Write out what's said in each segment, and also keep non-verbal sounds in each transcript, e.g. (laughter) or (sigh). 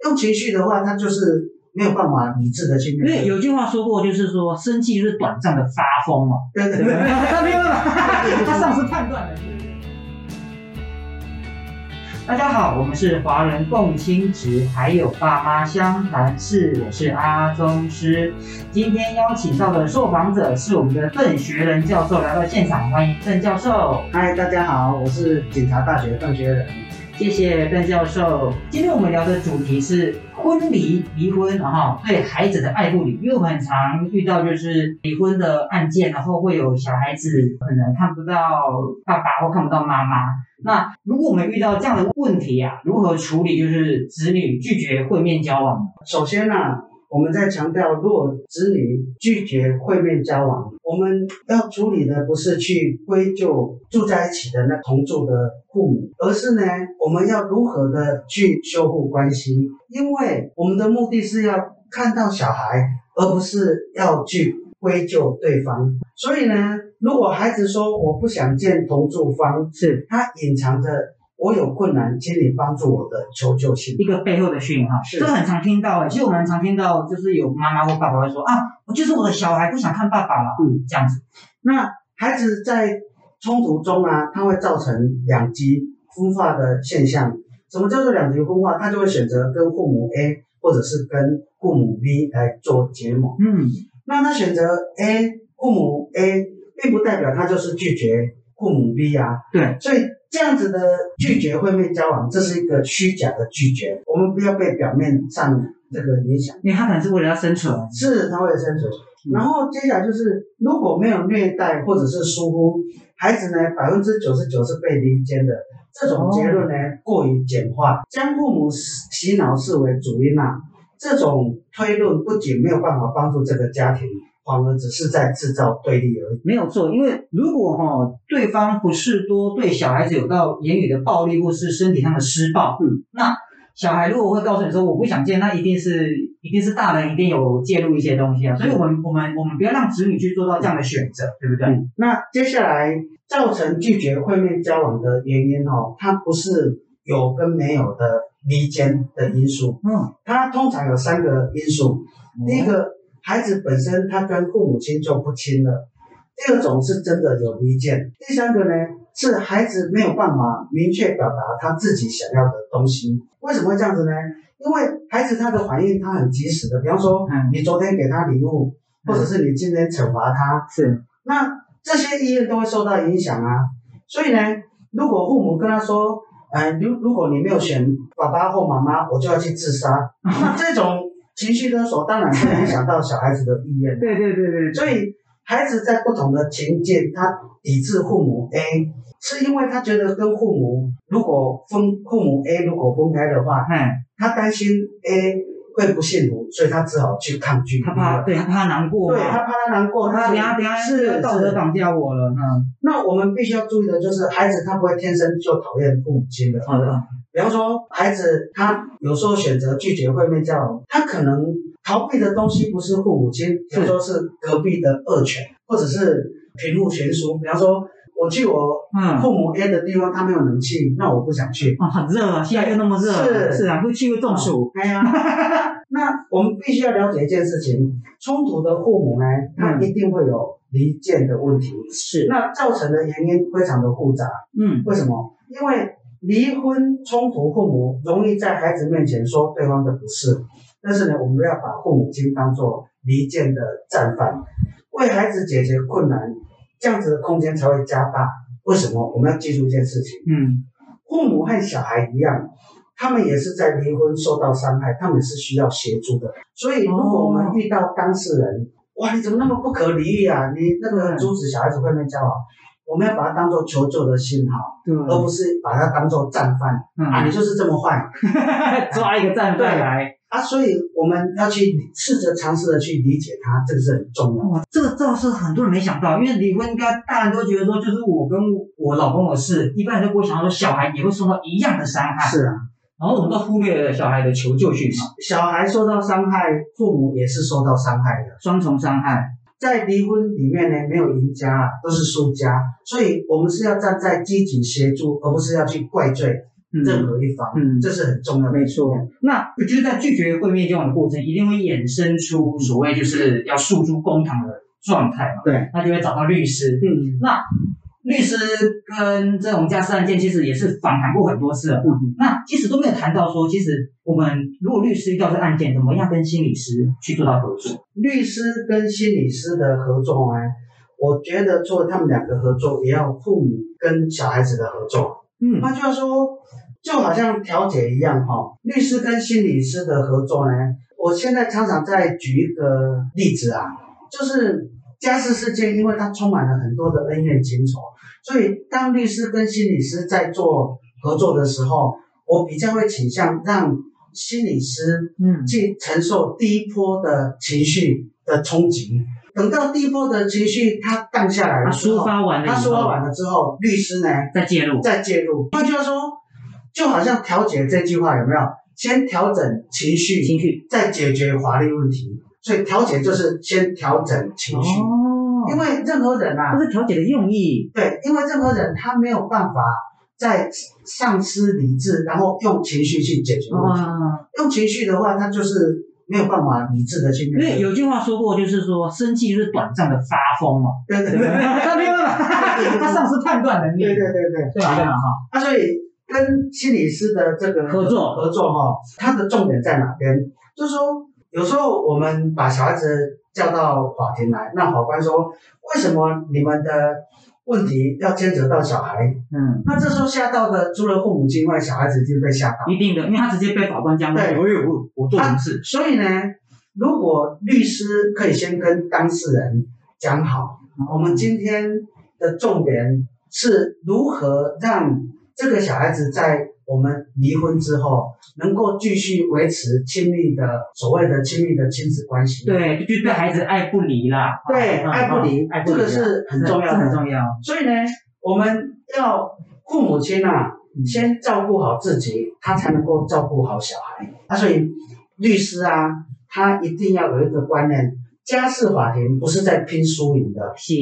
动情绪的话，它就是没有办法理智的去因为面对。有句话说过，就是说生气就是短暂的发疯嘛，对对对对 (laughs) 吧，他没有办法，他丧失判断。断了。大家好，我们是华人共青值，还有爸妈湘潭市，我是阿宗师。今天邀请到的受访者是我们的邓学仁教授来到现场，欢迎邓教授。嗨，大家好，我是警察大学邓学仁。谢谢邓教授。今天我们聊的主题是婚离、离婚，然后对孩子的爱护理，因为我们很常遇到就是离婚的案件，然后会有小孩子可能看不到爸爸或看不到妈妈。那如果我们遇到这样的问题啊，如何处理？就是子女拒绝会面交往，首先呢、我们在强调，如果子女拒绝会面交往，我们要处理的不是去归咎住在一起的那同住的父母，而是呢，我们要如何的去修复关系？因为我们的目的是要看到小孩，而不是要去归咎对方。所以呢，如果孩子说我不想见同住方，是他隐藏着我有困难，请你帮助我的求救信。一个背后的讯号，是这很常听到、欸。其实我们很常听到，就是有妈妈或爸爸会说啊，我就是我的小孩不想看爸爸了，嗯，这样子那孩子在冲突中啊，它会造成两极分化的现象。什么叫做两极分化？他就会选择跟父母 A 或者是跟父母 B 来做结盟。嗯，那他选择 A 父母 A，并不代表他就是拒绝父母 B 啊。对，所以这样子的拒绝会面交往，这是一个虚假的拒绝。我们不要被表面上这个影响。因为他可能是为了要生存，是他会生存。然后接下来就是，如果没有虐待或者是疏忽，孩子呢百分之九十九是被离间的。这种结论呢、过于简化，将父母洗脑视为主因啊，这种推论不仅没有办法帮助这个家庭，反而只是在制造对立而已。没有错，因为如果哈、对方不是多对小孩子有到言语的暴力或是身体上的施暴，嗯，那小孩如果会告诉你说我不想见，那一定是一定是大人一定有介入一些东西啊，所以我们我们我们不要让子女去做到这样的选择，对不对？嗯，那接下来造成拒绝会面交往的原因哦，它不是有跟没有的离间的因素，嗯，它通常有三个因素。第一哦个，孩子本身他跟父母亲就不亲了；第二种是真的有离间；第三个呢，是孩子没有办法明确表达他自己想要的东西。为什么会这样子呢？因为孩子他的反应他很及时的，比方说嗯你昨天给他礼物，或者是你今天惩罚他，是那这些意愿都会受到影响啊。所以呢，如果父母跟他说，呃，如如果你没有选爸爸或妈妈，我就要去自杀，那这种情绪勒索当然会影响到小孩子的意 (laughs) 愿。对对对对所以孩子在不同的情境，他抵制父母 A，是因为他觉得跟父母如果分父母 A 如果分开的话，哎，他担心 A 会不幸福，所以他只好去抗拒。他怕，对他怕难过对嘛，他怕他难过，他他等下等下是道德绑架我了，嗯，那我们必须要注意的就是，孩子他不会天生就讨厌父母亲的。好的，比方说，孩子他有时候选择拒绝会面交往，他可能逃避的东西不是父母亲，比方说是隔壁的恶犬，或者是贫富悬殊。比方说，我去我嗯。父母 A 的地方，他没有冷气，那我不想去。啊，很热啊！现在又那么热，是是啊，会去会中暑。哎呀， (laughs) 那我们必须要了解一件事情：冲突的父母呢，他嗯一定会有离间的问题。是，那造成的原因非常的复杂，嗯，为什么？因为离婚冲突父母容易在孩子面前说对方的不是，但是呢，我们不要把父母亲当做离间的战犯，为孩子解决困难，这样子的空间才会加大。为什么？我们要记住一件事情：嗯，父母和小孩一样，他们也是在离婚受到伤害，他们是需要协助的。所以，如果我们遇到当事人，哇，你怎么那么不可理喻啊？你那个阻止小孩子会面交往，我们要把它当做求救的信号。对，而不是把它当做战犯啊，嗯， (laughs) 你就是这么坏抓一个战犯来。啊，所以我们要去试着尝试的去理解他，这个是很重要的。哇，这个倒是很多人没想到，因为离婚应该大人都觉得说，就是我跟我老公的事，一般人都不会想到说小孩也会受到一样的伤害，是啊，然后我们都忽略了小孩的求救讯号，小孩受到伤害，父母也是受到伤害的。双重伤害。在离婚里面呢，没有赢家啊，都是输家，所以我们是要站在积极协助，而不是要去怪罪嗯任何一方，嗯这是很重要的。没错，那就是在拒绝会面交往的过程，一定会衍生出所谓就是要诉诸公堂的状态嘛，对，那就会找到律师。嗯，那律师跟这种家事案件其实也是访谈过很多次了，嗯那其实都没有谈到说，其实我们如果律师遇到这案件，怎么样跟心理师去做到合作？律师跟心理师的合作啊，我觉得做他们两个合作，也要父母跟小孩子的合作。嗯换句话说，就好像调解一样哈、律师跟心理师的合作呢，我现在常常在举一个例子啊，就是家事事件，因为它充满了很多的恩怨情仇，所以当律师跟心理师在做合作的时候，我比较会倾向让心理师嗯去承受第一波的情绪的冲击。等到第一波的情绪它荡下来他了之抒后，发完了以它后，抒发完了之后，律师呢再介入。再介入。换句话说，就好像调解这句话有没有？先调整情绪，情绪再解决法律问题。所以调解就是先调整情绪，哦因为任何人啊这，是调解的用意。对，因为任何人他没有办法再丧失理智，然后用情绪去解决哦问题。哇，用情绪的话，他就是没有办法理智的去因面为对。有句话说过，就是说生气就是短暂的发疯嘛，对对对 (laughs) 对不对？他没有办 (laughs) 法，他丧失判断能力，对对对对吧？对吧？哈，啊，所以跟心理师的这个合作合作哈、它的重点在哪边？就是说，有时候我们把小孩子叫到法庭来，那法官说，为什么你们的问题要牵扯到小孩？嗯，那这时候吓到的，除了父母之外，小孩子已经被吓到。一定的，因为他直接被法官将对我有哎我我做什么事，所以呢，如果律师可以先跟当事人讲好，我们今天的重点是如何让这个小孩子在我们离婚之后能够继续维持亲密的所谓的亲密的亲子关系。对，就对孩子爱不离啦，对，嗯爱不离嗯爱，不这离啊，个是很重要这很的。重要，所以呢，我们要父母亲啊，先照顾好自己，他才能够照顾好小孩。啊，所以律师啊，他一定要有一个观念，家事法庭不是在拼输赢的，是。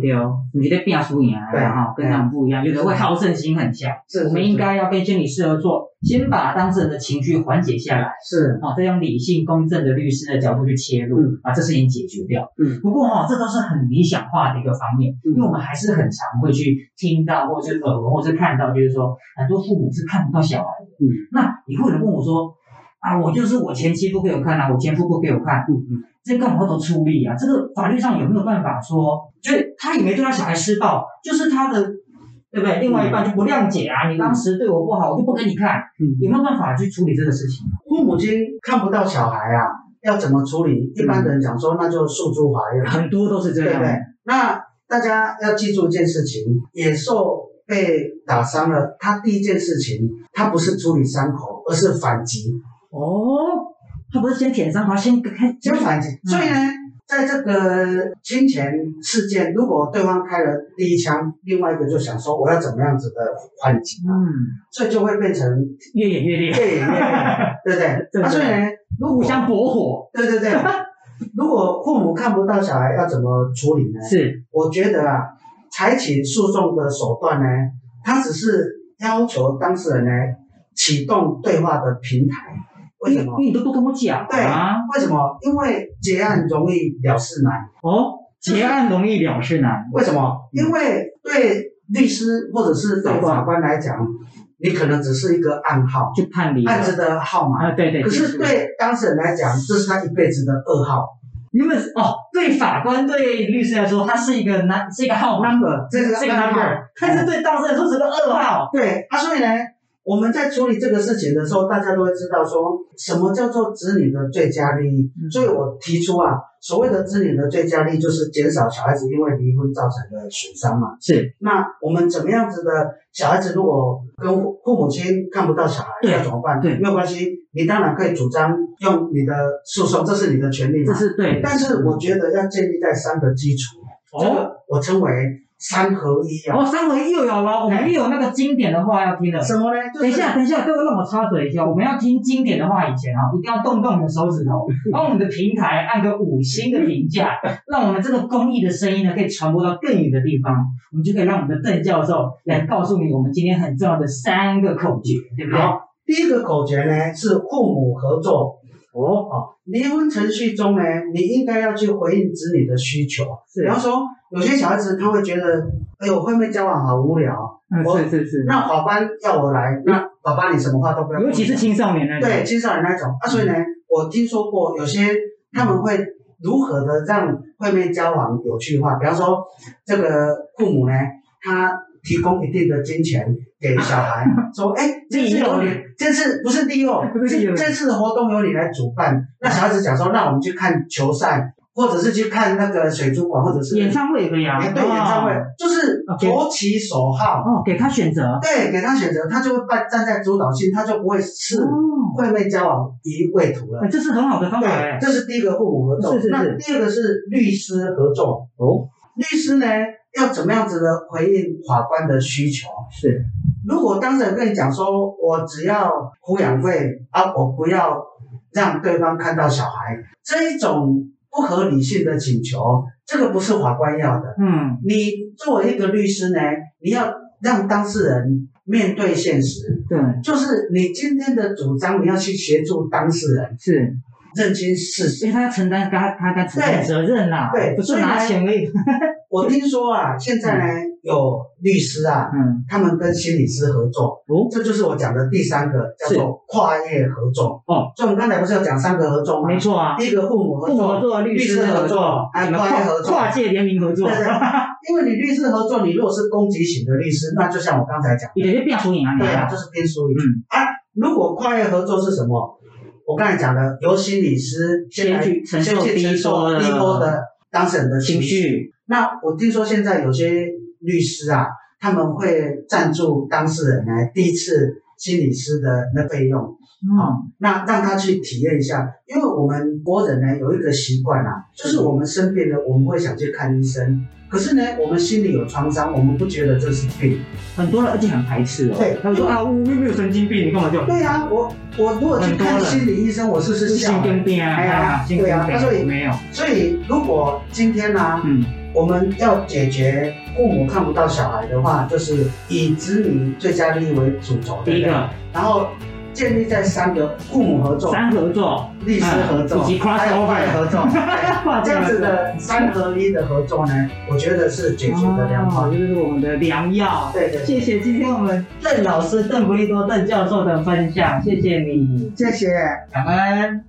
对哦，你觉得变输赢啊，对哈，跟他们不一样，有的会好胜心很强。是我们应该要跟心理师合作，先把当事人的情绪缓解下来，是哦，再用理性公正的律师的角度去切入，嗯把这事情解决掉。嗯，不过哦，这都是很理想化的一个方面，嗯因为我们还是很常会去听到，或者是耳闻，或者是看到，就是说很多父母是看不到小孩的。嗯，那你会有人问我说。啊，我就是我前妻不给我看啊，我前夫不给我看，嗯嗯，这干嘛都出力啊？这个法律上有没有办法说，就是他也没对他小孩施暴，就是他的，对不对？另外一半就不谅解啊，你当时对我不好，我就不给你看，嗯有没有办法去处理这个事情？啊父母亲看不到小孩啊，要怎么处理？一般的人讲说，那就诉诸法院，很多都是这对样不对？那大家要记住一件事情，野兽被打伤了，他第一件事情，他不是处理伤口，而是反击。哦，他不是先舔伤口，先开先反击。所以呢，在这个金钱事件，如果对方开了第一枪，另外一个就想说我要怎么样子的反击，嗯，所以就会变成越演越 (laughs) 烈，越演越烈，对不对对？啊，所以呢，如互果相搏火，对对对， (laughs) 如果父母看不到小孩要怎么处理呢？是我觉得啊，采取诉讼的手段呢，它只是要求当事人呢启动对话的平台。为因什为么？你都不跟我讲对啊，为什么？因为结案容易了事难。哦，结案容易了事难，为什么？因为对律师或者是对法官来讲，你可能只是一个暗号，就判离了案子的号码。啊，对对，可结是束对当事人来讲，这是他一辈子的噩耗原本是哦，对法官对律师来说，他是一个难是一个号码， ，number，这是是一个暗号 number，(laughs) 但是对当事人说是个噩耗，对啊，所以呢，我们在处理这个事情的时候，大家都会知道说什么叫做子女的最佳利益。嗯所以我提出啊，所谓的子女的最佳利益就是减少小孩子因为离婚造成的损伤嘛。是那我们怎么样子的小孩子，如果跟父母亲看不到小孩，对要怎么办？对没有关系，你当然可以主张用你的诉讼，这是你的权利这嘛。是对，但是我觉得要建立在三个基础，这哦，个我称为三合一然啊。后哦三合一又有了，我们又有那个经典的话要听了。什么呢？就是、等一下，等一下，各位让我插嘴一下，我们要听经典的话以前啊，一定要动动你的手指 (laughs) 头，帮我们的平台按个五星的评价， (laughs) 让我们这个公益的声音呢可以传播到更远的地方，我们就可以让我们的邓教授来告诉你我们今天很重要的三个口诀，对不对？好，第一个口诀呢是父母合作。哦，好，离婚程序中呢，你应该要去回应子女的需求。比是方说，有些小孩子他会觉得，哎呦，会面交往好无聊，我嗯，是是是，那法官要我来，那法官你什么话都不要跟我呃尤讲。其是青少年那对种，青少年那种啊，所以呢，嗯我听说过有些他们会如何的让会面交往有趣化，比方说这个父母呢，他提供一定的金钱给小 (laughs) 孩，说，哎，这次由你，这次不是利用，不是利这用这次的活动由你来主办。那小孩子讲说，那我们去看球赛，或者是去看那个水族馆，或者是演唱会也可以啊，哎对演唱会哦，就是，OK 投其所好。哦，给他选择，对，给他选择，他就会站站在主导性，他就不会是哦，会被交往一位途了。哎这是很好的方法哎对，，这是第一个父母合作。是是是那第二个是律师合作。哦，律师呢，要怎么样子的回应法官的需求？是，如果当事人跟你讲说，我只要抚养费啊，我不要让对方看到小孩，这一种不合理性的请求，这个不是法官要的。嗯，你作为一个律师呢，你要让当事人面对现实，对，就是你今天的主张，你要去协助当事人是。认清事实。因为他要承担他他该承担责任啦、对对不是拿钱而已。我听说啊，现在呢有律师啊，嗯，他们跟心理师合作，哦这就是我讲的第三个，叫做跨业合作。哦，所以我们刚才不是有讲三个合作吗？没错啊，第一个父母合父母合作，作、律律师师合作合作，还有什么跨合跨作跨界联名合作对，对因为你律师合作，你如果是攻击型的律师，那就像我刚才讲，你等于变输赢啊，你对啊，啊就，是偏输赢。嗯，啊如果跨业合作是什么？我刚才讲的，由心理师先来先去承受先去低承波受的低波的当事人的情情绪。绪那我听说现在有些律师啊，他们会赞助当事人来第一次心理师的那费用，啊，那让他去体验一下。因为我们国人呢有一个习惯啊，就是我们生病了，我们会想去看医生。可是呢，我们心里有创伤，我们不觉得这是病。很多人而且很排斥哦。对他们说啊，我又没有神经病，你干嘛就对啊，我我如果去很多看人心理医生，我是不是笑神经了？病啊？哎呀啊，神经对啊他说也病没有，所以如果今天呢、嗯，我们要解决父母看不到小孩的话，就是以子女最佳利益为主轴的第一个然后建立在三个父母合作、三合作，律师合作、嗯以及 crossover 还有外合 (laughs) 作，对跨这界样合子作的三合一的合作呢，我觉得是解决的良哦方。这就是我们的良药。对对，对谢谢今天我们邓老师邓布利多邓教授的分享，谢谢你，谢谢。感恩。